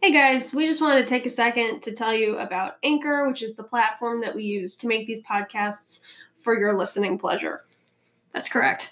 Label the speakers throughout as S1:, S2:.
S1: Hey guys, we just wanted to take a second to tell you about Anchor, which is the platform that we use to make these podcasts for your listening pleasure. That's correct.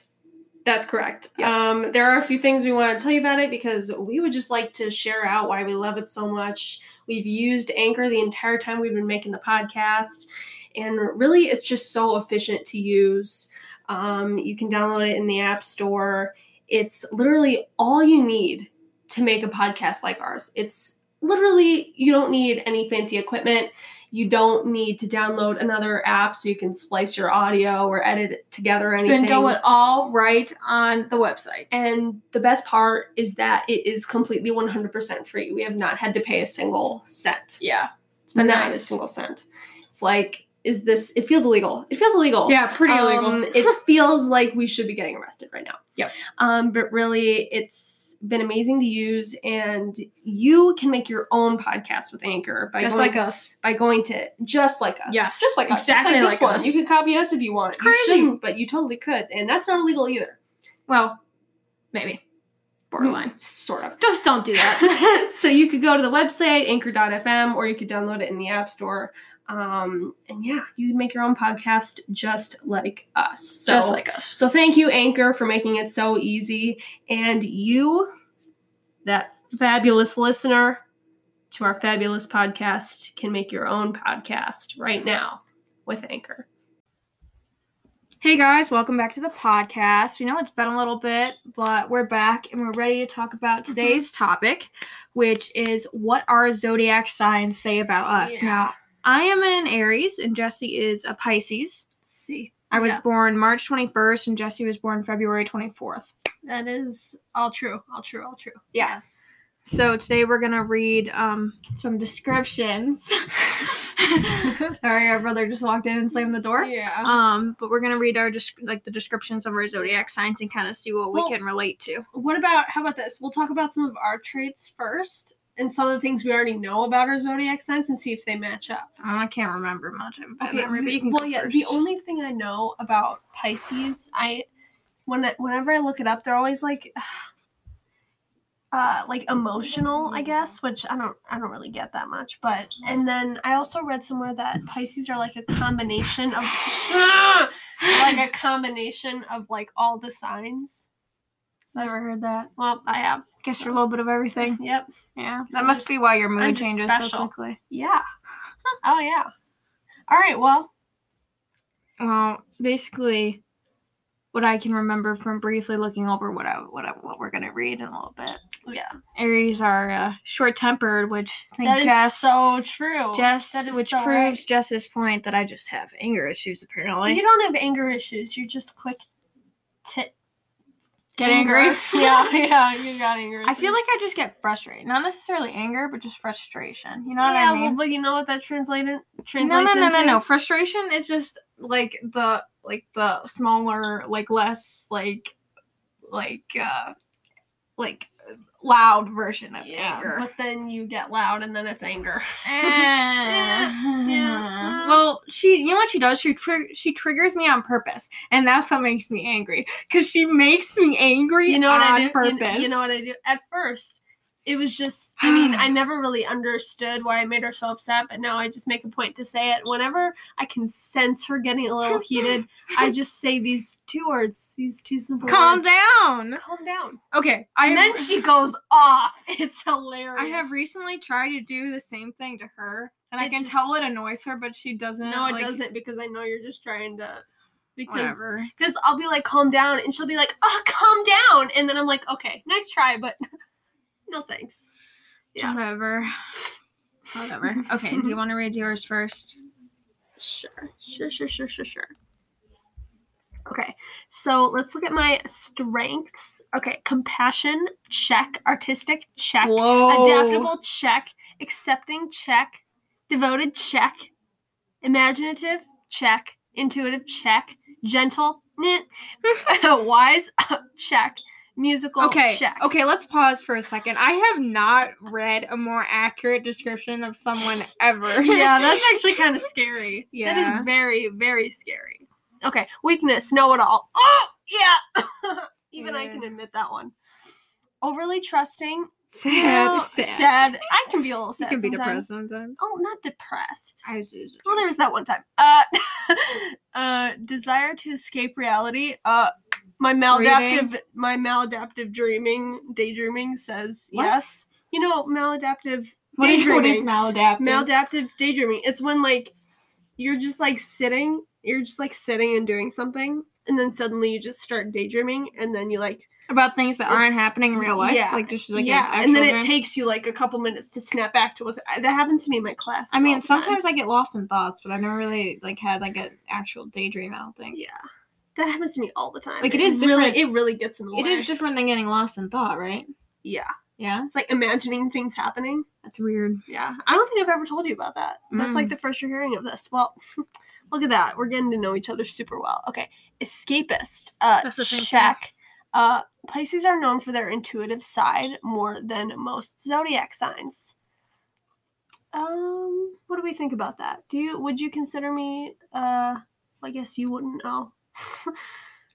S1: That's correct. Um, there are a few things we want to tell you about it because we would just like to share out why we love it so much. We've used Anchor the entire time we've been making the podcast, and really it's just so efficient to use. Um, you can download it in the App Store. It's literally all you need to make a podcast like ours. It's literally, you don't need any fancy equipment. You don't need to download another app so you can splice your audio or edit it together or
S2: You
S1: anything.
S2: can do it all right on the website.
S1: And the best part is that it is completely 100% free. We have not had to pay a single cent.
S2: Yeah. It's
S1: But
S2: been
S1: not a
S2: nice.
S1: single cent. It's like, is this, it feels illegal. It feels illegal.
S2: Yeah, pretty
S1: Um,
S2: illegal.
S1: it feels like we should be getting arrested right now.
S2: Yep.
S1: Um, but really, it's been amazing to use, and you can make your own podcast with Anchor by
S2: Just
S1: going,
S2: like us.
S1: by going to just like us.
S2: Yes,
S1: just like us. Just
S2: exactly
S1: like this
S2: like
S1: one.
S2: us.
S1: You could copy us if you want.
S2: It's
S1: You
S2: crazy.
S1: shouldn't, but you totally could, and that's not illegal either.
S2: Well, maybe. Borderline.
S1: Sort of.
S2: Just don't do that.
S1: so you could go to the website anchor.fm or you could download it in the app store um, and yeah you would make your own podcast just like us so
S2: Just like us.
S1: so thank you anchor for making it so easy and you that fabulous listener to our fabulous podcast can make your own podcast right now with anchor
S2: Hey guys, welcome back to the podcast. We know it's been a little bit, but we're back and we're ready to talk about today's topic, which is what our zodiac signs say about us.
S1: Yeah.
S2: Now, I am an Aries and Jesse is a Pisces.
S1: see
S2: I was
S1: Yeah.
S2: born March 21st and Jesse was born February 24th.
S1: that is all true all true all true
S2: Yes. So today we're gonna read um, some descriptions. Sorry, our brother just walked in and slammed the door.
S1: yeah
S2: Um, but we're gonna read our just like the descriptions of our zodiac signs and kind of see what
S1: Well-
S2: we can relate to.
S1: what about how about this? We'll talk about some of our traits first and some of the things we already know about our zodiac signs and see if they match up.
S2: Oh, I can't remember much of that memory, but
S1: the-
S2: you can
S1: well,
S2: go
S1: yeah.
S2: first.
S1: The only thing I know about Pisces, I when I, whenever I look it up, they're always like, uh, like emotional, I guess, which I don't I don't really get that much. But and then I also read somewhere that Pisces are like a combination of like a combination of like all the signs.
S2: Never heard that.
S1: Well, I have.
S2: Guess you're a little bit of everything.
S1: Yep.
S2: Yeah,
S1: So
S2: that must
S1: just-
S2: be why your mood
S1: I'm just
S2: changes
S1: special.
S2: so quickly.
S1: Yeah. oh yeah. All right. Well,
S2: Well, basically, what I can remember from briefly looking over what I, what I, what we're gonna read in a little bit.
S1: yeah.
S2: Aries are uh, short-tempered, which I think
S1: That is
S2: Jess,
S1: so true.
S2: Jess,
S1: that is
S2: which
S1: so
S2: proves Jess's point that I just have anger issues apparently.
S1: you don't have anger issues. You're just quick. to
S2: Get angry.
S1: yeah, yeah. You got anger.
S2: I
S1: issues.
S2: feel like I just get frustrated, not necessarily anger, but just frustration. You know what
S1: yeah,
S2: I
S1: well,
S2: mean?
S1: but you know what that translated
S2: no,
S1: translates
S2: no, no,
S1: into?
S2: no, no. Frustration is just like the like the smaller, like less like like uh like loud version of
S1: Yeah,
S2: anger.
S1: but then you get loud, and then it's anger.
S2: Eh,
S1: yeah.
S2: Well, she, you know what she does? She tr- she triggers me on purpose, and that's what makes me angry. Cause she makes me angry.
S1: You know what
S2: on
S1: I do? You-
S2: Purpose.
S1: You, know what I do? At first, it was just, I mean, I never really understood why I made her so upset, but now I just make a point to say it. Whenever I can sense her getting a little heated, I just say these two words, these two simple
S2: Calm
S1: words.
S2: down.
S1: Calm down.
S2: Okay, I
S1: and
S2: have-
S1: then she goes off. It's hilarious.
S2: I have recently tried to do the same thing to her, and I
S1: It
S2: can
S1: just-
S2: tell it annoys her, but she doesn't.
S1: No, it
S2: like,
S1: doesn't because I know you're just trying to. Because
S2: Whatever.
S1: because I'll be like, calm down, and she'll be like, oh, calm down, and then I'm like, okay, nice try, but no thanks. yeah.
S2: Whatever. Whatever. Okay. do you want to read yours first?
S1: Sure, sure, sure, sure, sure, sure. Okay, so let's look at my strengths. Okay, compassion, check. Artistic, check.
S2: Whoa.
S1: Adaptable, check. Accepting, check. Devoted, check. Imaginative, check. Intuitive, check. Gentle, eh. wise, check. musical
S2: Okay.
S1: check.
S2: Okay, let's pause for a second. I have not read a more accurate description of someone ever.
S1: yeah, that's actually kind of scary. That
S2: Yeah.
S1: is very, very scary. Okay, weakness, know it all. Oh, yeah. Even I can
S2: Yeah.
S1: admit that one. Overly trusting.
S2: sad,
S1: No,
S2: sad.
S1: I can be a little
S2: You
S1: sad.
S2: can be
S1: sometimes.
S2: depressed sometimes.
S1: Oh, not depressed.
S2: I was just
S1: Well, there was that one time. Uh, uh, desire to escape reality. Uh, my maladaptive, my maladaptive dreaming, daydreaming says
S3: What?
S1: yes. You know, maladaptive
S2: What is, what is
S1: daydreaming.
S2: maladaptive?
S1: maladaptive daydreaming. It's when like you're just like sitting, you're just like sitting and doing something, and then suddenly you just start daydreaming, and then you like
S2: About things that aren't happening in real life.
S1: Yeah.
S2: Like just like an
S1: yeah, and then
S2: actual
S1: it
S2: dream?
S1: takes you like a couple minutes to snap back to what's that happens to me in my class.
S2: I mean, sometimes I get lost in thoughts, but I've never really like had like an actual daydream. I don't think
S1: Yeah. that happens to me all the time.
S2: Like, it is
S1: really,
S2: different-
S1: It really gets in the way.
S2: it is different than getting lost in thought, right?
S1: yeah,
S2: Yeah,
S1: it's like imagining things happening.
S2: that's weird.
S1: Yeah, I don't think I've ever told you about that. That's like
S2: Mm.
S1: the first you're hearing of this. Well, look at that. We're getting to know each other super well. Okay, escapist. Uh,
S2: That's the same thing.
S1: check. Uh, Pisces are known for their intuitive side more than most zodiac signs. Um, what do we think about that? Do you would you consider me? Uh, I guess you wouldn't know.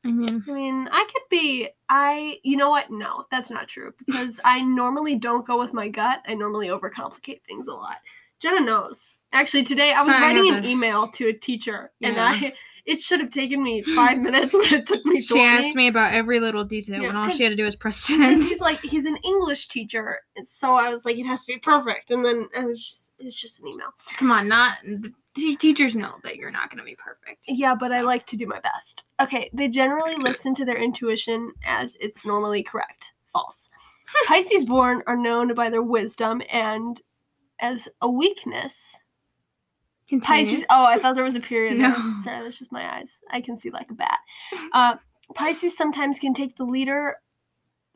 S2: I mean,
S1: I mean, I could be. I, you know what? No, that's not true because I normally don't go with my gut. I normally overcomplicate things a lot. Jenna knows. Actually, today I was
S2: Sorry, I
S1: writing an
S2: had to-
S1: email to a teacher, and
S2: Yeah.
S1: I it should have taken me five minutes when it took me.
S2: she asked me about every little detail,
S1: Yeah,
S2: and all
S1: 'cause-
S2: she had to do was press
S1: And
S2: send.
S1: he's like, he's an English teacher, and so I was like, it has to be perfect. And then I was just, it's just an email.
S2: Come on, not the te- teachers know that you're not gonna be perfect.
S1: Yeah, but I
S2: So-
S1: like to do my best. Okay, they generally listen to their intuition as it's normally correct. False. Pisces born are known by their wisdom and as a weakness.
S2: Continue.
S1: Pisces. Oh, I thought there was a period. there.
S2: Mm-hmm. No.
S1: Sorry, that's just my eyes. I can see like a bat. Uh, Pisces sometimes can take the leader,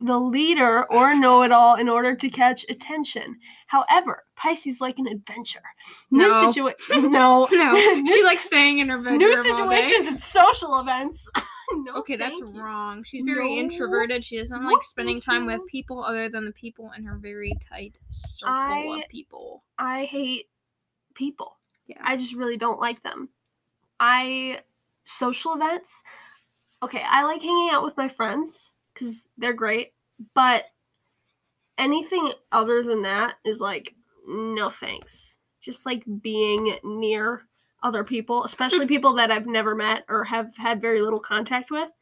S1: the leader or know-it-all in order to catch attention. However, Pisces like an adventure. New
S2: No.
S1: situation. No.
S2: no,
S1: New
S2: she
S1: si-
S2: likes staying in her bedroom.
S1: new
S2: all day.
S1: situations and social events. no,
S2: Okay, that's
S1: thank you.
S2: wrong. She's very
S1: No.
S2: introverted. She doesn't
S1: No,
S2: like spending time with
S1: thank
S2: people other than the people in her very tight circle
S1: I-
S2: of people.
S1: I hate people.
S2: Yeah.
S1: I just really don't like them. I social events. Okay, I like hanging out with my friends because they're great, but anything other than that is like no thanks. Just like being near other people, especially people that I've never met or have had very little contact with.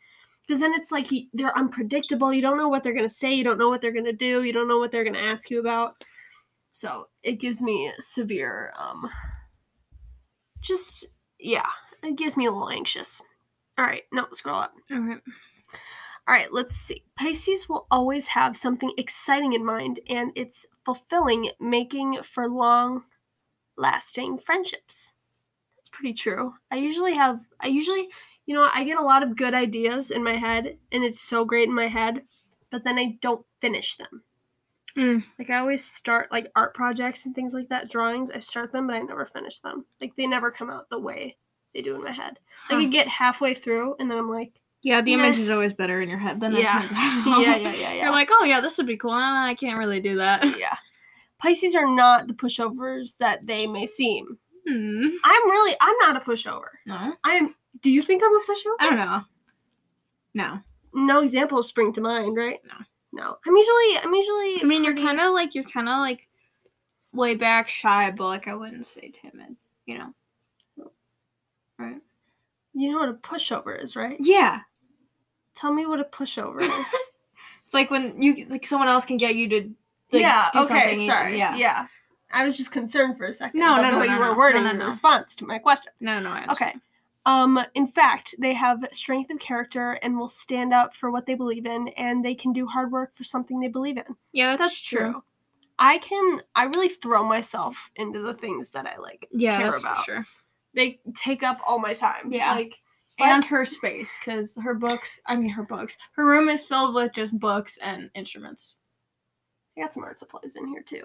S1: Because then it's like you- they're unpredictable. You don't know what they're going to say. You don't know what they're going to do. You don't know what they're going to ask you about. So it gives me severe, um, just, yeah, it gives me a little anxious. All right, no, scroll up.
S2: Okay.
S1: All right, let's see. Pisces will always have something exciting in mind, and it's fulfilling, making for long lasting friendships. That's pretty true. I usually have, I usually, you know, I get a lot of good ideas in my head, and it's so great in my head, but then I don't finish them.
S2: Mm.
S1: Like, I always start like art projects and things like that, drawings. I start them, but I never finish them. Like, they never come out the way they do in my head. Like, I
S2: Huh.
S1: get halfway through, and then I'm like,
S2: Yeah, the
S1: Yeah.
S2: image is always better in your head than
S1: Yeah.
S2: it turns out.
S1: yeah, yeah, yeah, yeah.
S2: You're like, oh yeah, this would be cool. Ah, I can't really do that.
S1: yeah. Pisces are not the pushovers that they may seem.
S2: Hmm.
S1: I'm really, I'm not a pushover.
S2: No,
S1: I'm, do you think I'm a pushover?
S2: I don't know. No,
S1: No examples spring to mind, right?
S2: No.
S1: No. I'm usually, I'm usually,
S2: I mean you're kind of like you're kind of like way back shy, but like I wouldn't say timid. You know.
S1: you know what a pushover is, right?
S2: Yeah.
S1: Tell me what a pushover is.
S2: It's like when you like someone else can get you to. like,
S1: yeah,
S2: do something
S1: okay,
S2: you-
S1: sorry.
S2: Yeah.
S1: Yeah. yeah. I was just concerned for a second.
S2: No,
S1: about
S2: no,
S1: the
S2: no,
S1: way
S2: no,
S1: you
S2: no.
S1: were
S2: No,
S1: wording
S2: no,
S1: your
S2: no.
S1: response to my question.
S2: No, no. I
S1: Okay.
S2: understand.
S1: Um, in fact, they have strength of character and will stand up for what they believe in, and they can do hard work for something they believe in.
S2: Yeah, that's,
S1: That's true. I can, I really throw myself into the things that I like.
S2: Yeah,
S1: care
S2: that's
S1: about.
S2: for sure.
S1: They take up all my time.
S2: Yeah.
S1: Like, but-
S2: and her space because her books i mean her books her room is filled with just books and instruments
S1: I got some art supplies in here too.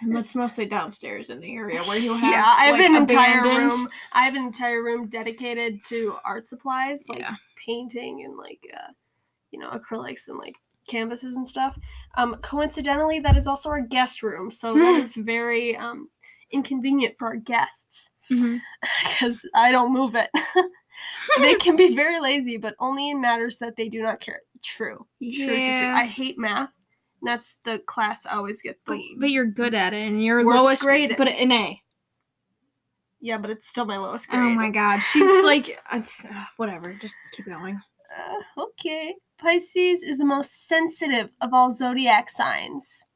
S2: and it's mostly downstairs in the area where you have
S1: yeah, I have
S2: like,
S1: an entire
S2: abandoned-
S1: room. I have an entire room dedicated to art supplies, like
S2: yeah
S1: painting and like, uh, you know, acrylics and like canvases and stuff. Um, coincidentally, that is also our guest room, so that is very um, inconvenient for our guests
S2: Mm-hmm.
S1: because I don't move it. they can be very lazy, but only in matters that they do not care. True. True. true, true.
S4: Yeah.
S1: I hate math. And that's the class I always get
S2: Oh, But,
S1: bullied.
S2: but you're good at it, and you're
S1: Worst
S2: lowest
S1: grade.
S2: But an A.
S1: yeah, but it's still my lowest grade.
S2: Oh my God, she's like, it's, uh, whatever. Just keep going.
S1: Uh, okay. Pisces is the most sensitive of all zodiac signs.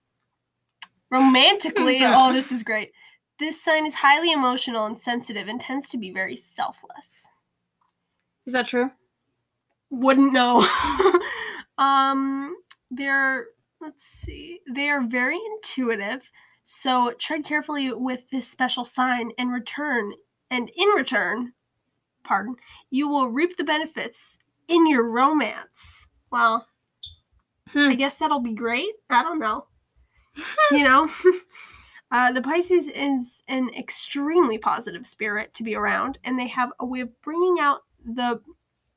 S1: Romantically, oh, this is great. This sign is highly emotional and sensitive and tends to be very selfless.
S2: Is that true?
S1: Wouldn't know. um, they're, let's see, they are very intuitive. So tread carefully with this special sign and return, and in return, pardon, you will reap the benefits in your romance. Well, I guess that'll be great. I don't know. you know, uh, the Pisces is an extremely positive spirit to be around, and they have a way of bringing out the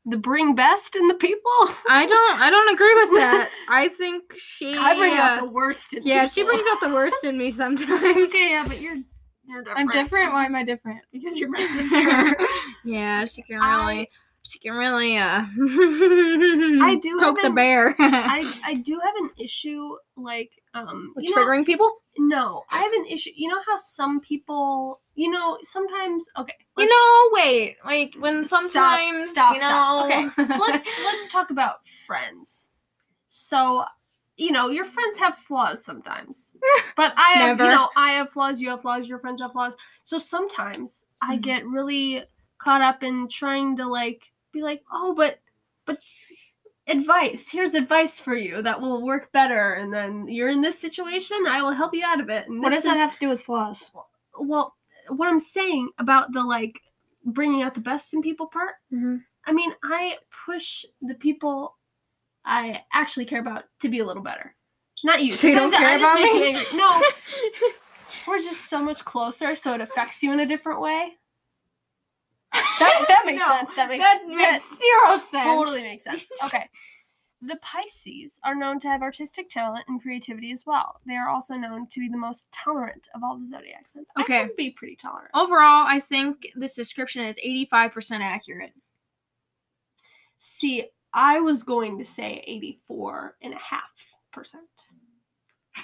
S1: the bring best in the people.
S2: I don't. I don't agree with that. I think she. uh,
S1: I bring out the worst in
S2: Yeah,
S1: people.
S2: she brings out the worst in me sometimes.
S1: Okay, yeah, but you're you're different.
S2: I'm different. Why am I different?
S1: because you're my sister.
S2: Yeah, she can
S1: I-
S2: really, she can really, uh,
S1: I
S2: I
S1: do have
S2: poke the
S1: an-
S2: bear.
S1: I I do have an issue like um
S2: With
S1: you know,
S2: triggering people.
S1: no I have an issue you know how some people you know sometimes okay
S2: you
S1: let's-
S2: know, wait, like when
S1: Stop,
S2: sometimes
S1: stop,
S2: you
S1: stop.
S2: know.
S1: Okay, so let's let's talk about friends. So, you know, your friends have flaws sometimes, but I have, you
S2: Never.
S1: know, I have flaws. You have flaws. Your friends have flaws. So sometimes I
S2: Mhm.
S1: get really caught up in trying to like be like, oh, but but advice. Here's advice for you that will work better. And then you're in this situation. I will help you out of it. And
S2: What
S1: this
S2: does that
S1: is-
S2: have to do with flaws?
S1: Well, what I'm saying about the like bringing out the best in people part
S2: Mm-hmm.
S1: I mean, I push the people I actually care about to be a little better. Not you.
S2: So you don't
S1: Sometimes I
S2: care
S1: just
S2: about
S1: make
S2: me?
S1: you angry. No. We're just so much closer, so it affects you in a different way. That, that makes
S2: No,
S1: sense. That makes
S2: that makes zero sense.
S1: Totally makes sense. Okay. The Pisces are known to have artistic talent and creativity as well. They are also known to be the most tolerant of all the zodiac signs. I
S2: Okay.
S1: can be pretty tolerant.
S2: Overall, I think this description is 85% accurate.
S1: See, I was going to say 84 and a half percent.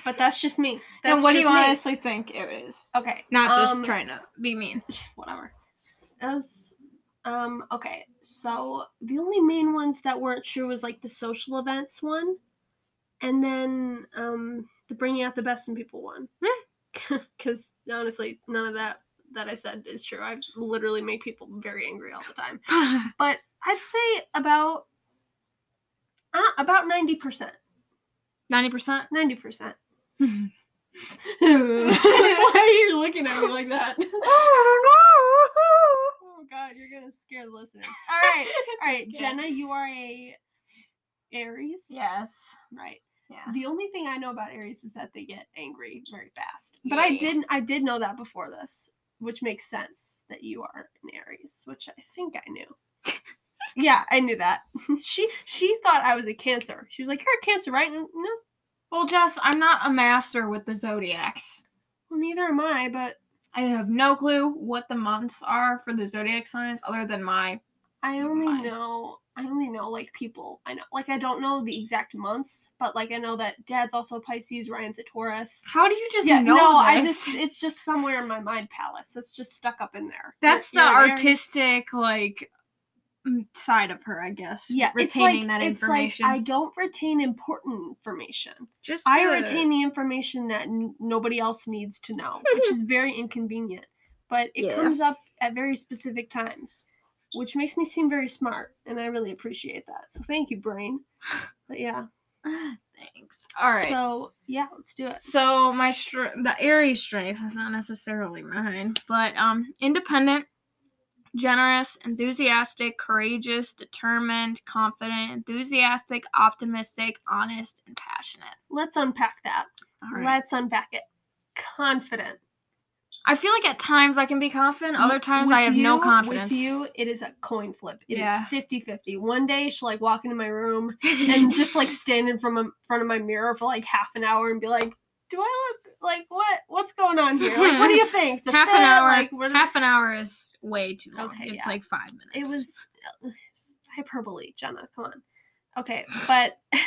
S1: But that's just me. That's
S2: and what do you
S1: just me.
S2: honestly think it is?
S1: Okay.
S2: Not just
S1: um,
S2: trying to be mean.
S1: whatever. That was um okay. So the only main ones that weren't true was like the social events one and then um the bringing out the best in people one. Cuz honestly, none of that that I said is true. I literally make people very angry all the time. but I'd say about uh, about ninety percent.
S2: 90%?
S1: Ninety percent.
S2: I
S1: Why are you looking at me like that?
S2: don't
S1: oh God, you're gonna scare the listeners. All right, all right,
S2: okay.
S1: Jenna, you are a Aries.
S2: Yes.
S1: Right.
S2: Yeah.
S1: The only thing I know about Aries is that they get angry very fast. But I
S2: Yeah.
S1: didn't. I did know that before this, which makes sense that you are an Aries, which I think I knew. yeah, I knew that. she she thought I was a Cancer. She was like, "You're a Cancer, right?" And, no,
S2: Well, Jess, I'm not a master with the zodiacs.
S1: well, neither am I. But
S2: I have no clue what the months are for the zodiac signs other than my.
S1: I only
S2: Mine.
S1: know I only know like people I know like I don't know the exact months, but like I know that Dad's also a Pisces, Ryan's a Taurus.
S2: How do you just
S1: yeah,
S2: know?
S1: no, I
S2: this?
S1: just it's just somewhere in my mind palace. It's just stuck up in there. You're-
S2: That's the
S1: you're an Aries.
S2: artistic, like, mm, side of her, I guess.
S1: Yeah, it's
S2: retaining
S1: like-
S2: that
S1: it's like
S2: information.
S1: I don't retain important information.
S2: just
S1: I
S2: the-
S1: retain the information that n- nobody else needs to know, which is very inconvenient. But it
S2: Yeah.
S1: comes up at very specific times, which makes me seem very smart, and I really appreciate that. So thank you, brain. But yeah.
S2: Thanks. All right. So,
S1: So yeah, let's do it.
S2: my str- the Aries strength was not necessarily mine, but um, independent, generous, enthusiastic, courageous, determined, confident, enthusiastic, optimistic, honest, and passionate.
S1: Let's unpack that.
S2: All right.
S1: Let's unpack it. Confident.
S5: I feel like at times I can be confident, other times
S1: With
S5: I have no
S1: you-
S5: confidence.
S1: With you, it is a coin flip. It is
S2: Yeah.
S1: 50-50. One day she'll like walk into my room and just like stand in from in front of my mirror for like half an hour and be like, "Do I look like what? What's going on here? Like, what do you think?" The
S5: half an
S1: fit,
S5: hour.
S1: Like, what do-
S5: half an hour is way too long.
S1: Okay,
S5: it's
S1: yeah.
S5: like five minutes.
S1: it was it was hyperbole, Jenna. Come on. Okay, but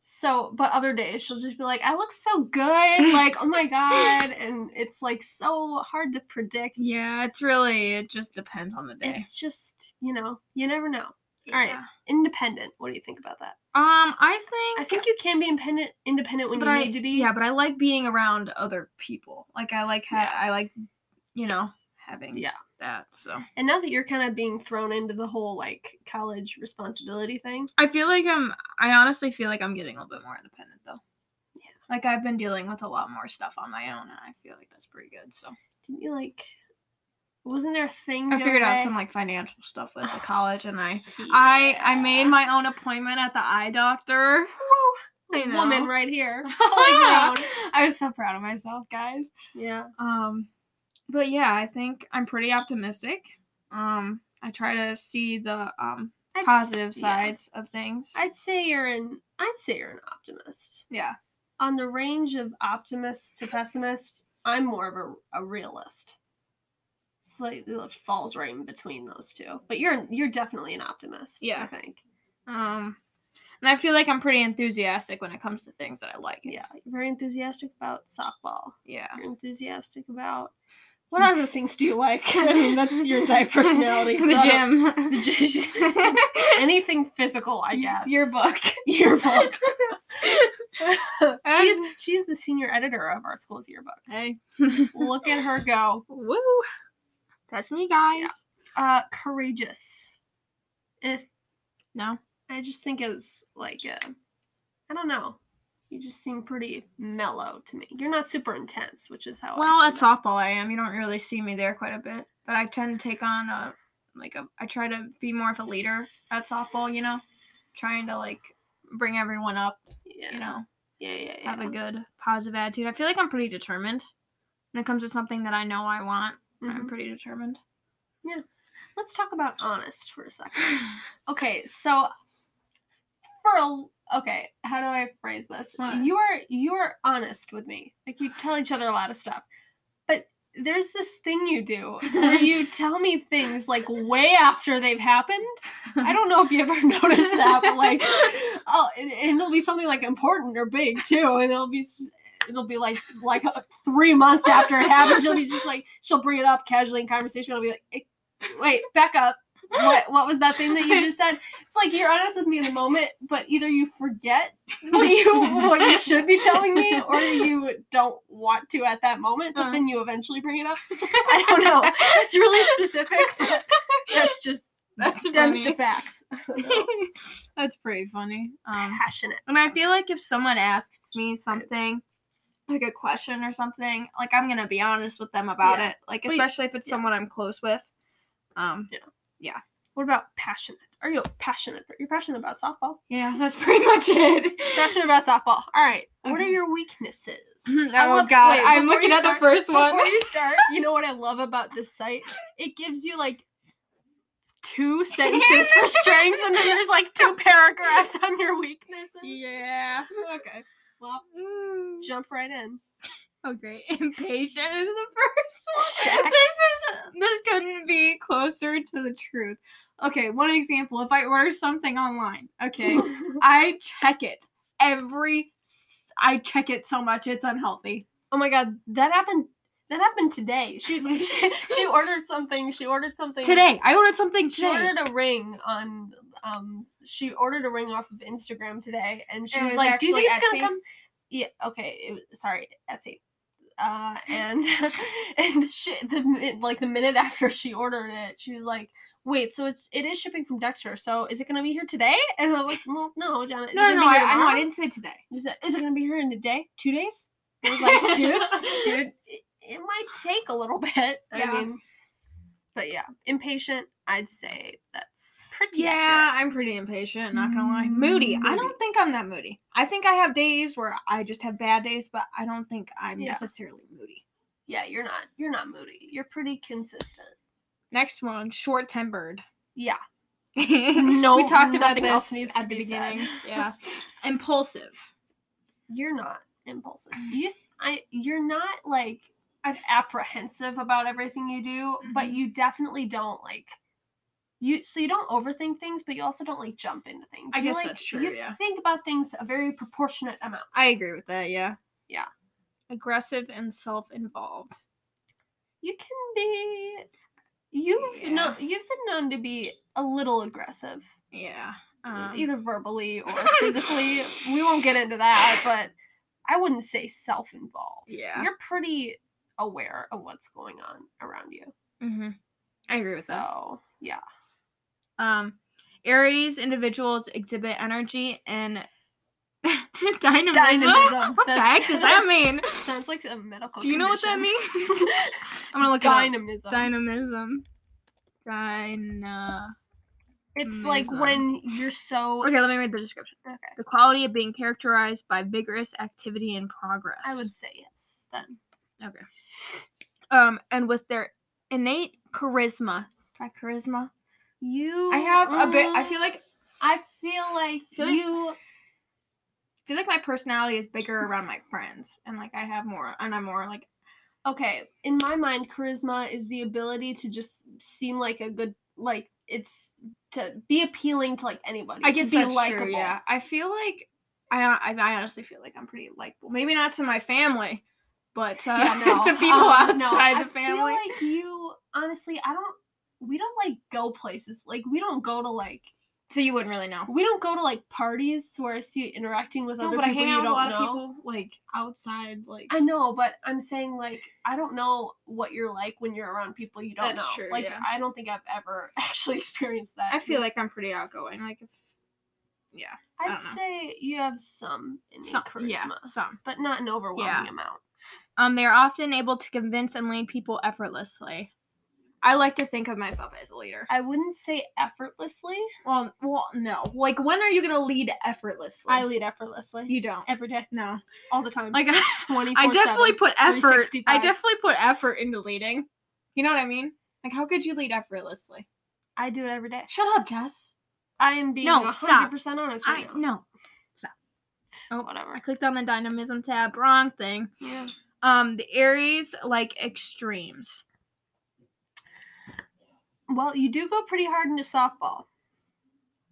S1: so but other days she'll just be like, "I look so good, like oh my god," and it's like so hard to predict.
S2: yeah, it's really it just depends on the day.
S1: It's just you know you never know. All right, independent. What do you think about that?
S5: Um, I think
S1: I think you can be independent, independent when
S5: but
S1: you
S5: I
S1: need to be.
S5: Yeah, but I like being
S2: being around other people. Like I like ha-
S1: Yeah.
S2: I like you know having
S1: Yeah.
S2: that. So
S1: And now that you're kind of being thrown into the whole like college responsibility thing,
S2: I feel like I'm. I honestly feel like I'm getting a little bit more independent though.
S1: Yeah.
S2: Like I've been dealing with a lot more stuff on my own, and I feel like that's pretty good. So
S1: didn't you like? Wasn't there a thing?
S2: I
S1: the
S2: figured
S1: other
S2: out
S1: day?
S2: some like financial stuff with the college, and I I I made
S1: Yeah.
S2: my own appointment at the eye doctor.
S1: Woo,
S2: I know.
S1: woman right here.
S2: Yeah.
S1: Fully grown.
S2: I was so proud of myself, guys.
S1: Yeah.
S2: Um, but yeah, I think I'm pretty optimistic. Um, I try to see the um
S1: I'd s-
S2: positive
S1: yeah.
S2: sides of things.
S1: I'd say you're an I'd say you're an optimist.
S2: yeah,
S1: On the range of optimist to pessimist, I'm more of a, a realist. Slightly it falls right in between those two. But you're you're definitely an optimist,
S2: Yeah.
S1: I think.
S2: um, and I feel like I'm pretty enthusiastic when it comes to things that I like.
S1: Yeah. You're very enthusiastic about softball.
S2: yeah.
S1: You're enthusiastic about what other things do you like? I mean, that's your entire personality. so
S2: the
S1: I don't-
S2: gym.
S1: The gym. Anything physical, I guess.
S2: Your book.
S1: yearbook. Um, she's she's the senior editor of our school's yearbook.
S2: Hey.
S1: Look at her go.
S2: Woo. That's me, guys.
S1: Uh courageous. Eh,
S2: No.
S1: I just think it's like I I don't know. You just seem pretty mellow to me. You're not super intense, which is how I
S2: Well,
S1: see
S2: at
S1: that.
S2: softball, I am. You don't really see me there quite a bit, but I tend to take on a like a. I try to be more of a leader at softball. You know, trying to like bring everyone up.
S1: yeah.
S2: You know,
S1: Yeah, yeah, yeah.
S2: have a good positive attitude. I feel like I'm pretty determined when it comes to something that I know I want. I'm
S1: Mhm.
S2: pretty determined.
S1: Let's talk about honest for a second. Okay, so for a okay, how do I phrase this?
S2: What?
S1: You are you are honest with me. Like we tell each other a lot of stuff, but there's this thing you do where you tell me things like way after they've happened. I don't know if you ever noticed that, but like, oh, and, and it'll be something like important or big too, and it'll be. s- It'll be like like uh, three months after it happens. She'll be just like she'll bring it up casually in conversation. I'll be like, "Eh, wait, back up what what was that thing that you just said? It's like you're honest with me in the moment, but either you forget what you what you should be telling me, or you don't want to at that moment, but
S2: Uh.
S1: then you eventually bring it up. I don't know. It's really specific, but that's just
S2: That's
S1: stems to
S2: funny.
S1: facts. I don't know.
S2: That's pretty funny. Um,
S1: Passionate.
S2: And I feel like if someone asks me something, like a question or something, like I'm gonna be honest with them about
S1: Yeah.
S2: it. Like
S1: Wait,
S2: especially if it's
S1: yeah.
S2: someone I'm close with. Um,
S1: What about passionate? Are you passionate? You're passionate about softball.
S2: yeah, that's pretty much it.
S1: Passionate about softball. All right. What are
S2: Okay.
S1: your weaknesses?
S2: oh
S1: I love-
S2: God,
S1: wait,
S2: I'm
S1: before
S2: looking
S1: you
S2: at
S1: start-
S2: the first one.
S1: Before you start, you know what I love about this site? It gives you like two sentences for strengths, and then there's like two paragraphs on your weaknesses.
S2: yeah.
S1: Okay. Well, jump right in.
S2: Oh great, impatient is the first
S1: Check.
S2: one. This is this couldn't be closer to the truth. Okay, one example. If I order something online, okay, I check it every. s- I check it so much it's unhealthy.
S1: oh my god, that happened. That happened today. She's like, she, she ordered something. She ordered something
S2: Today, I ordered something
S1: She
S2: today.
S1: ordered a ring on. Um, she ordered a ring off of Instagram today, and she
S2: It
S1: was,
S2: was
S1: like, "Do you
S2: actually
S1: think it's
S2: Etsy?
S1: gonna come?" Yeah. Okay. It, was- sorry, Etsy. Uh, and and she, the mi- like the minute after she ordered it, she was like, "Wait, so it's it is shipping from Dexter. So is it gonna be here today?" And I was like, "Well, no, Janet. Is
S2: No,
S1: it
S2: no,
S1: gonna
S2: no,
S1: be
S2: I,
S1: here
S2: I know. I
S1: tomorrow?"
S2: didn't say today.
S1: Is it, is it gonna be here in a day? Two days? I was like, "Dude, dude, it, it might take a little bit.
S2: Yeah.
S1: I mean, but yeah, impatient. I'd say that's pretty.
S2: Yeah, I'm pretty impatient. Not gonna lie. Moody. I
S1: Mm-hmm. Moody.
S2: don't think I'm that moody. I think I have days where I just have bad days, but I don't think I'm
S1: Yeah.
S2: necessarily moody.
S1: Yeah, you're not you're not moody. You're pretty consistent.
S2: Next one, short tempered.
S1: Yeah.
S2: no, we talked about
S1: nothing
S2: this
S1: else needs
S2: at
S1: to
S2: the
S1: be said.
S2: beginning. Yeah, impulsive.
S1: You're not impulsive.
S2: Mm-hmm.
S1: You I you're not like apprehensive about everything you do, but
S2: Mhm.
S1: you definitely don't like you so you don't overthink things, but you also don't like jump into things.
S2: I
S1: You,
S2: guess
S1: like,
S2: that's true,
S1: You
S2: yeah.
S1: think about things a very proportionate amount.
S2: I agree with that. Yeah.
S1: Yeah.
S2: Aggressive and self-involved.
S1: you can be you've
S2: Yeah.
S1: no you've been known to be a little aggressive
S2: Yeah. Um,
S1: either verbally or physically we won't get into that but i wouldn't say self-involved
S2: Yeah.
S1: you're pretty aware of what's going on around you
S2: hmm I agree with
S1: so,
S2: that.
S1: yeah
S2: Um, Aries individuals exhibit energy and dynamism.
S1: Dynamism.
S2: What the
S1: That's-
S2: heck does that mean?
S1: sounds like a medical
S2: Do you know what that
S1: condition.
S2: means? I'm gonna look it up.
S1: dynamism
S2: Dynamism. Dyna.
S1: it's like
S2: Dynamism.
S1: when you're so
S2: Okay, let me read the description.
S1: okay
S2: The quality of being characterized by vigorous activity and progress.
S1: i would say yes then
S2: Okay. Um, and with their innate charisma. Do I have charisma?
S1: you
S2: I have a bit.
S1: Mm.
S2: I feel like
S1: i feel like
S2: mm. Feel like-
S1: you
S2: I feel like my personality is bigger around my friends, and like I have more, and I'm more like
S1: okay in my mind charisma is the ability to just seem like a good like it's to be appealing to like anybody
S2: I guess
S1: to be
S2: that's
S1: likable
S2: true. Yeah, I feel like I, I I honestly feel like I'm pretty likable. Maybe not to my family, but uh,
S1: Yeah, no,
S2: to people
S1: um, no,
S2: outside
S1: I
S2: the family.
S1: feel like you honestly i don't we don't like go places like we don't go to like
S2: so you wouldn't really know.
S1: we don't go to like parties where i see you interacting with
S2: No,
S1: other
S2: but I
S1: people
S2: hang
S1: you
S2: out with a
S1: don't
S2: lot
S1: know
S2: of people like outside, like
S1: I know, but I'm saying like I don't know what you're like when you're around people you don't
S2: That's
S1: know.
S2: true,
S1: like
S2: yeah.
S1: I don't think I've ever actually experienced that.
S2: I feel
S1: It's-
S2: like I'm pretty outgoing. Like if yeah, I
S1: I'd
S2: don't know.
S1: say you have some innate
S2: Uh-uh. some
S1: charisma,
S2: yeah, some.
S1: but not an overwhelming amount.
S2: Um, they are often able to convince and lead people effortlessly. I like to think of myself as a leader.
S1: I wouldn't say effortlessly.
S2: Well, well, no. Like, when are you gonna lead effortlessly?
S1: I lead effortlessly
S2: You don't
S1: every day,
S2: no.
S1: all the time.
S2: Like,
S1: twenty.
S2: I definitely put effort. I
S1: 365.
S2: definitely put effort into leading. You know what I mean? Like, how could you lead effortlessly?
S1: I do it every day.
S2: Shut up, Jess.
S1: I am being
S2: No,
S1: one
S2: stop.
S1: hundred percent honest
S2: I
S1: right now.
S2: no.
S1: Oh,
S2: I
S1: whatever.
S2: clicked on the dynamism tab. Wrong thing.
S1: Yeah.
S2: Um, the Aries like extremes.
S1: Well, you do go pretty hard into softball.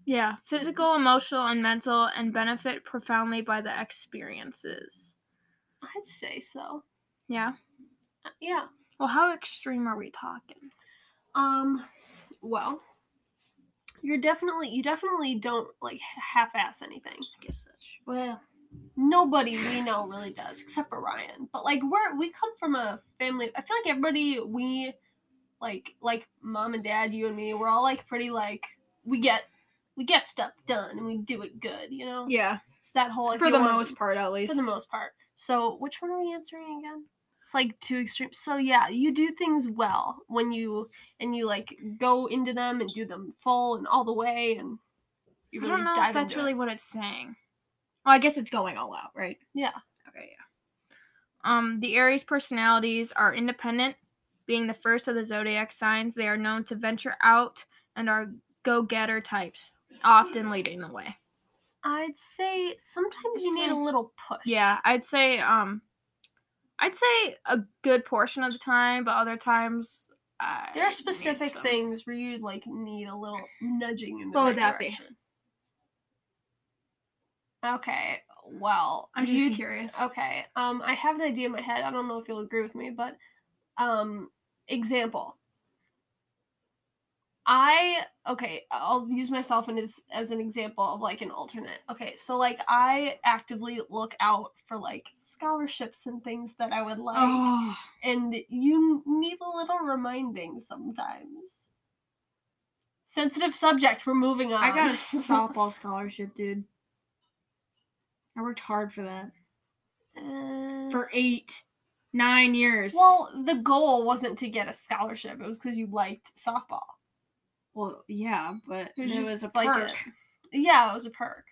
S2: Yeah, physical, emotional, and mental, and benefit profoundly by the experiences.
S1: I'd say so.
S2: Yeah.
S1: Uh, Yeah.
S2: Well, how extreme are we talking?
S1: Um. Well, you're definitely you definitely don't like half-ass anything.
S2: I guess that's well.
S1: nobody we know really does except for ryan but like we're we come from a family i feel like everybody we like like mom and dad you and me we're all like pretty like we get we get stuff done and we do it good you know
S2: Yeah,
S1: it's that whole if
S2: for
S1: you
S2: the
S1: want-
S2: most part, at least.
S1: for the most part so which one are we answering again it's like too extreme so yeah you do things well when you and you like go into them and do them full and all the way and you really
S2: I don't know
S1: dive
S2: if that's
S1: into it.
S2: really what it's saying. Well, I guess it's going all out, right?
S1: yeah
S2: Okay, yeah. Um, the Aries personalities are independent, being the first of the zodiac signs. They are known to venture out and are go-getter types, often leading the way.
S1: I'd say sometimes you need a
S2: Same.
S1: little push.
S2: Yeah, I'd say um, I'd say a good portion of the time, but other times I
S1: There are
S2: need
S1: specific
S2: some-
S1: things where you like need a little nudging in the
S2: What
S1: right
S2: would that be?
S1: direction. Okay. Well,
S2: I'm Oh, just
S1: you-
S2: curious.
S1: Okay. Um, I have an idea in my head. I don't know if you'll agree with me, but um, example. I okay. I'll use myself and as as an example of like an alternate. Okay, so like I actively look out for like scholarships and things that I would like.
S2: Oh,
S1: and you n- need a little reminding sometimes. Sensitive subject. We're moving on.
S2: I got a softball scholarship, dude. I worked hard for that.
S1: Uh,
S2: for eight, nine years.
S1: well, the goal wasn't to get a scholarship. It was because you liked softball.
S2: Well, yeah, but
S1: It was
S2: it
S1: just
S2: was a
S1: like
S2: perk.
S1: Yeah, it was a perk.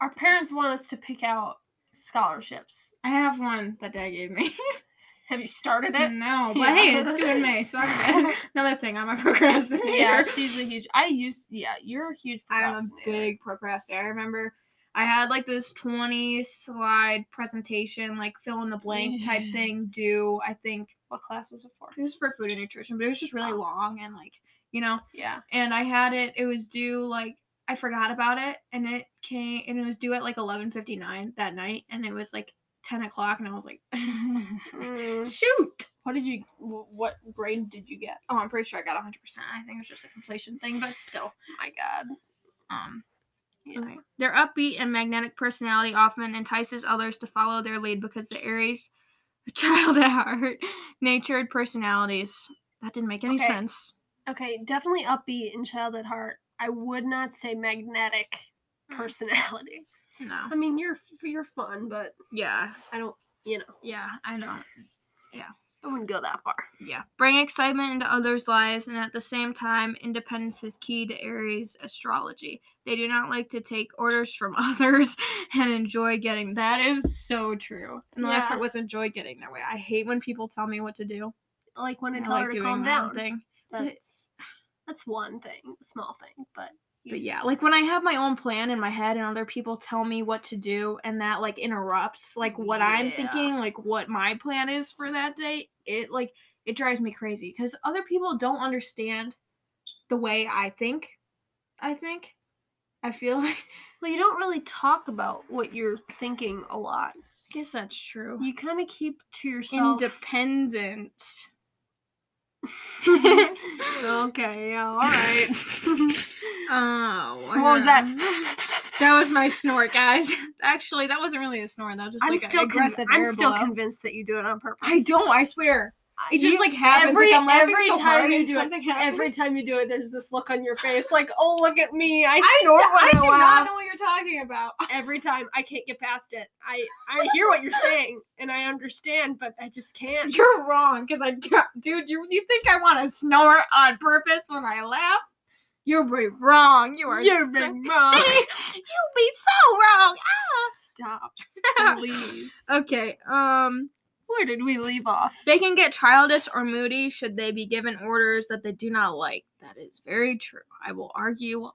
S1: Our parents want us to pick out scholarships.
S2: I have one that Dad gave me.
S1: Have you started it?
S2: No, but
S1: Yeah.
S2: hey, it's due in May, so I'm another thing. I'm a procrastinator.
S1: Yeah, she's a huge. I used. Yeah, you're a huge.
S2: I'm a
S1: procrastinator.
S2: big procrastinator. I remember I had like this 20 slide presentation, like fill in the blank type thing due. I think
S1: What class was it for?
S2: it was for food and nutrition, but it was just really long and like, you know,
S1: Yeah.
S2: and I had it, it was due like I forgot about it and it came and it was due at like 11:59 that night and it was like 10 o'clock and I was like
S1: Mm.
S2: shoot
S1: What did you? wh- What grade did you get?
S2: oh I'm pretty sure I got 100% I think it was just a completion thing but still
S1: My God.
S2: Um,
S1: Yeah.
S2: okay. Their upbeat and magnetic personality often entices others to follow their lead because the Aries, child at heart, natured personalities. That didn't make any
S1: Okay.
S2: sense.
S1: Okay, definitely upbeat and child at heart. I would not say magnetic
S2: Mm.
S1: personality.
S2: No.
S1: I mean, you're f- you're fun, but
S2: Yeah.
S1: I don't. You know,
S2: Yeah. I don't.
S1: I wouldn't go that far.
S2: Yeah. Bring excitement into others' lives, and at the same time, independence is key to Aries astrology. They do not like to take orders from others and enjoy getting. That is so true. And the last
S1: Yeah.
S2: part was enjoy getting their way. I hate when people tell me what to do.
S1: Like when I
S2: I
S1: tell
S2: like
S1: her to
S2: doing
S1: calm
S2: my own
S1: down.
S2: thing. But-
S1: That's that's one thing, a small thing, but
S2: But yeah, like when I have my own plan in my head and other people tell me what to do and that like interrupts like what I'm
S1: Yeah.
S2: thinking, like what my plan is for that day, it like it drives me crazy cuz other people don't understand the way I think. I think I feel like
S1: well, you don't really talk about what you're thinking a lot.
S2: I guess that's true.
S1: You kind of keep to yourself.
S2: Independent.
S1: okay, yeah, all right.
S2: Oh.
S1: what was that?
S2: That was my snort, guys. Actually, that wasn't really a snort. That was just
S1: I'm
S2: like a
S1: still con-
S2: aggressive
S1: I'm
S2: air
S1: still
S2: blow.
S1: convinced that you do it on purpose.
S2: I don't. I swear. It just
S1: You-
S2: like happens.
S1: every-
S2: like I'm laughing
S1: every
S2: so
S1: time
S2: hard
S1: you
S2: and
S1: do it,
S2: something happens.
S1: Every time you do it, there's this look on your face, like, "Oh, look at me! I
S2: I,
S1: snort when
S2: I
S1: I
S2: do not
S1: laugh."
S2: know what you're talking about.
S1: Every time, I can't get past it. I I hear what you're saying, and I understand, but I just can't.
S2: You're wrong, because I, do- dude, you you think I want to snore on purpose when I laugh? You'll be wrong. You are.
S1: You're
S2: so-
S1: being wrong.
S2: You'll be so wrong.
S1: Stop,
S2: Ah.
S1: please.
S2: Okay. Um.
S1: Where did we leave off?
S2: They can get childish or moody should they be given orders that they do not like. That is very true. I will argue a lot.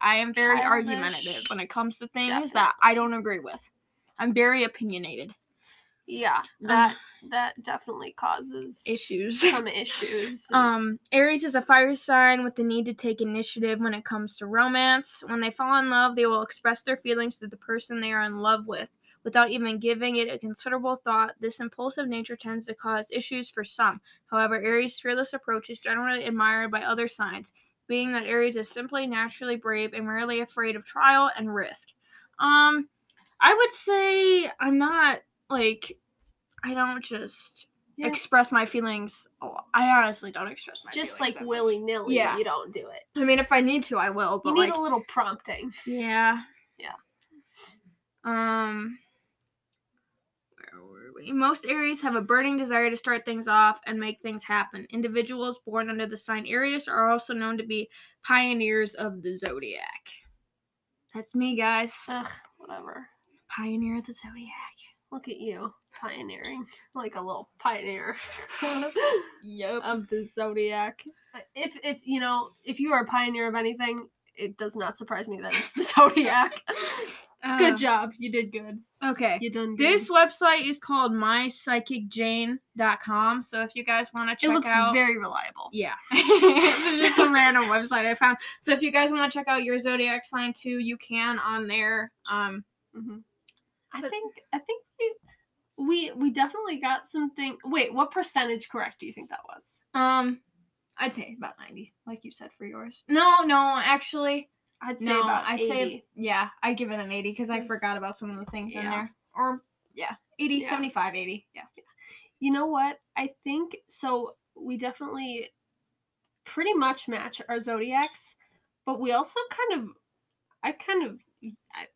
S2: I am very
S1: Childish,
S2: argumentative when it comes to things that I don't agree with. I'm very opinionated.
S1: Yeah, that that definitely causes
S2: Issues.
S1: some issues.
S2: Um, Aries is a fire sign with the need to take initiative when it comes to romance. When they fall in love, they will express their feelings to the person they are in love with without even giving it a considerable thought. This impulsive nature tends to cause issues for some. However, Aries' fearless approach is generally admired by other signs, being that Aries is simply naturally brave and rarely afraid of trial and risk. Um, I would say I'm not like I don't just
S1: Yeah.
S2: express my feelings. a lot. I honestly don't express my
S1: just
S2: feelings
S1: like
S2: that much.
S1: willy nilly,
S2: Yeah.
S1: you don't do it.
S2: I mean, if I need to, I will. But
S1: You need
S2: like,
S1: a little prompting.
S2: yeah,
S1: Yeah.
S2: Um, where were we? Most Aries have a burning desire to start things off and make things happen. Individuals born under the sign Aries are also known to be pioneers of the zodiac. That's me, guys.
S1: Ugh, whatever.
S2: Pioneer of the zodiac.
S1: Look at you, pioneering like a little pioneer
S2: Yep.
S1: of the zodiac. If if you know if you are a pioneer of anything, it does not surprise me that it's the zodiac. good job, you did good.
S2: Uh, Okay.
S1: You done good.
S2: This website is called mypsychicjane.com. So if you guys want to
S1: it
S2: check
S1: looks
S2: out
S1: very reliable.
S2: Yeah. it's just a random website I found. So if you guys want to check out your zodiac sign too, you can on there. Um
S1: Mhm. I
S2: But-
S1: think I think we we we definitely got something. Wait, what percentage correct do you think that was?
S2: um
S1: I'd say about ninety, like you said for yours.
S2: no, no, actually
S1: I'd say
S2: no,
S1: about
S2: I
S1: 80.
S2: say yeah, I give it an 80 cuz I
S1: Yes.
S2: forgot about some of the things in
S1: Yeah.
S2: there. Or yeah, 80
S1: Yeah.
S2: 75 80. Yeah.
S1: You know what? I think so. We definitely pretty much match our zodiacs, but we also kind of, I kind of,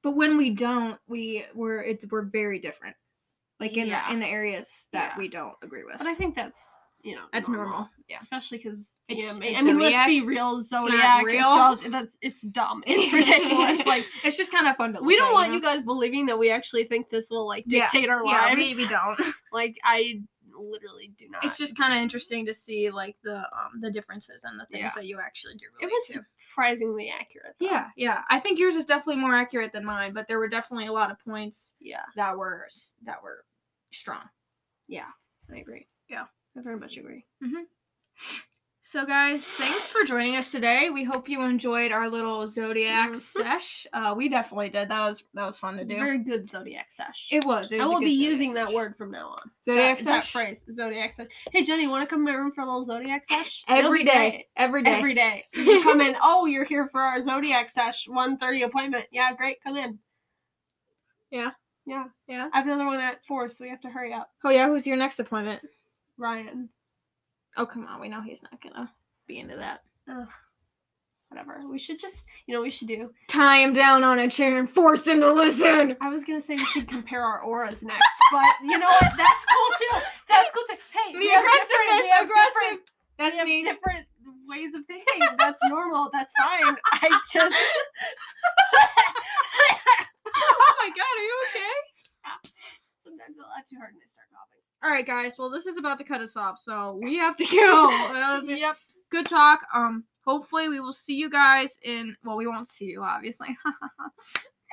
S2: But when we don't, we we're it's we're very different. Like in
S1: Yeah.
S2: the in the areas that
S1: Yeah.
S2: we don't agree with.
S1: but I think that's you know
S2: That's normal. Yeah.
S1: especially because
S2: It's-
S1: yeah,
S2: it's
S1: I mean, let's
S2: zodiac.
S1: be real,
S2: not
S1: zodiac
S2: real.
S1: astrology. That's it's dumb. It's ridiculous. like
S2: it's just kind of fun to.
S1: we don't want you guys believing that we actually think this will like
S2: Yeah.
S1: dictate our
S2: Yeah,
S1: lives.
S2: we, we don't.
S1: Like I
S5: literally do not.
S2: It's just kind of interesting to see like the um the differences and the things
S5: Yeah.
S2: that you actually do.
S1: It
S2: Relate
S1: was
S2: to.
S1: surprisingly accurate. though.
S2: Yeah, yeah. I think yours was definitely more accurate than mine, but there were definitely a lot of points
S1: Yeah.
S2: that were s- that were strong.
S1: Yeah. I agree.
S2: Yeah.
S1: I very much agree.
S2: So, guys, thanks for joining us today. We hope you enjoyed our little zodiac
S1: Mhm.
S2: sesh. Uh, we definitely did. That was that was fun to
S1: It's
S2: do.
S1: a very good zodiac sesh.
S2: it was. It
S1: I
S2: was a
S1: will
S2: good
S1: be
S2: zodiac
S1: using that
S2: sesh.
S1: word from now on.
S2: Zodiac
S1: that, that
S2: sesh?
S1: phrase, zodiac sesh. Hey Jenny, want to come to my room for a little zodiac sesh?
S2: every
S1: It'll be
S2: day. Every
S1: great.
S2: day.
S1: Every day. You come in. Oh, you're here for our zodiac sesh, 1.30 appointment. Yeah, great. Come in.
S2: Yeah.
S1: Yeah.
S2: Yeah.
S1: I have another one at four, so we have to hurry up.
S2: oh yeah, who's your next appointment?
S1: Ryan.
S2: Oh come on, we know he's not gonna be into that.
S1: Whatever. We should just, you know, what we should do.
S2: Tie him down on a chair and force him to listen.
S1: I was gonna say we should compare our auras next, but you know what? That's cool too. That's cool too. Hey,
S2: The
S1: we have different- we
S2: aggressiveness,
S1: have
S2: aggressive.
S1: different-
S2: That's
S1: we
S2: me.
S1: have different ways of thinking. That's normal. That's fine. I just
S2: oh my god, are you okay?
S1: sometimes I laugh too hard and I start coughing.
S2: All right, guys. Well, this is about to cut us off, so we have to go. That was
S1: Yep.
S2: Good talk. Um, hopefully we will see you guys in. Well, we won't see you obviously.
S1: End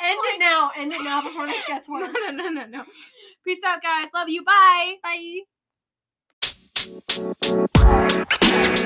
S1: it now. End it now before this gets
S2: no,
S1: worse.
S2: no, no, no, no. Peace out, guys. Love you. Bye.
S1: Bye.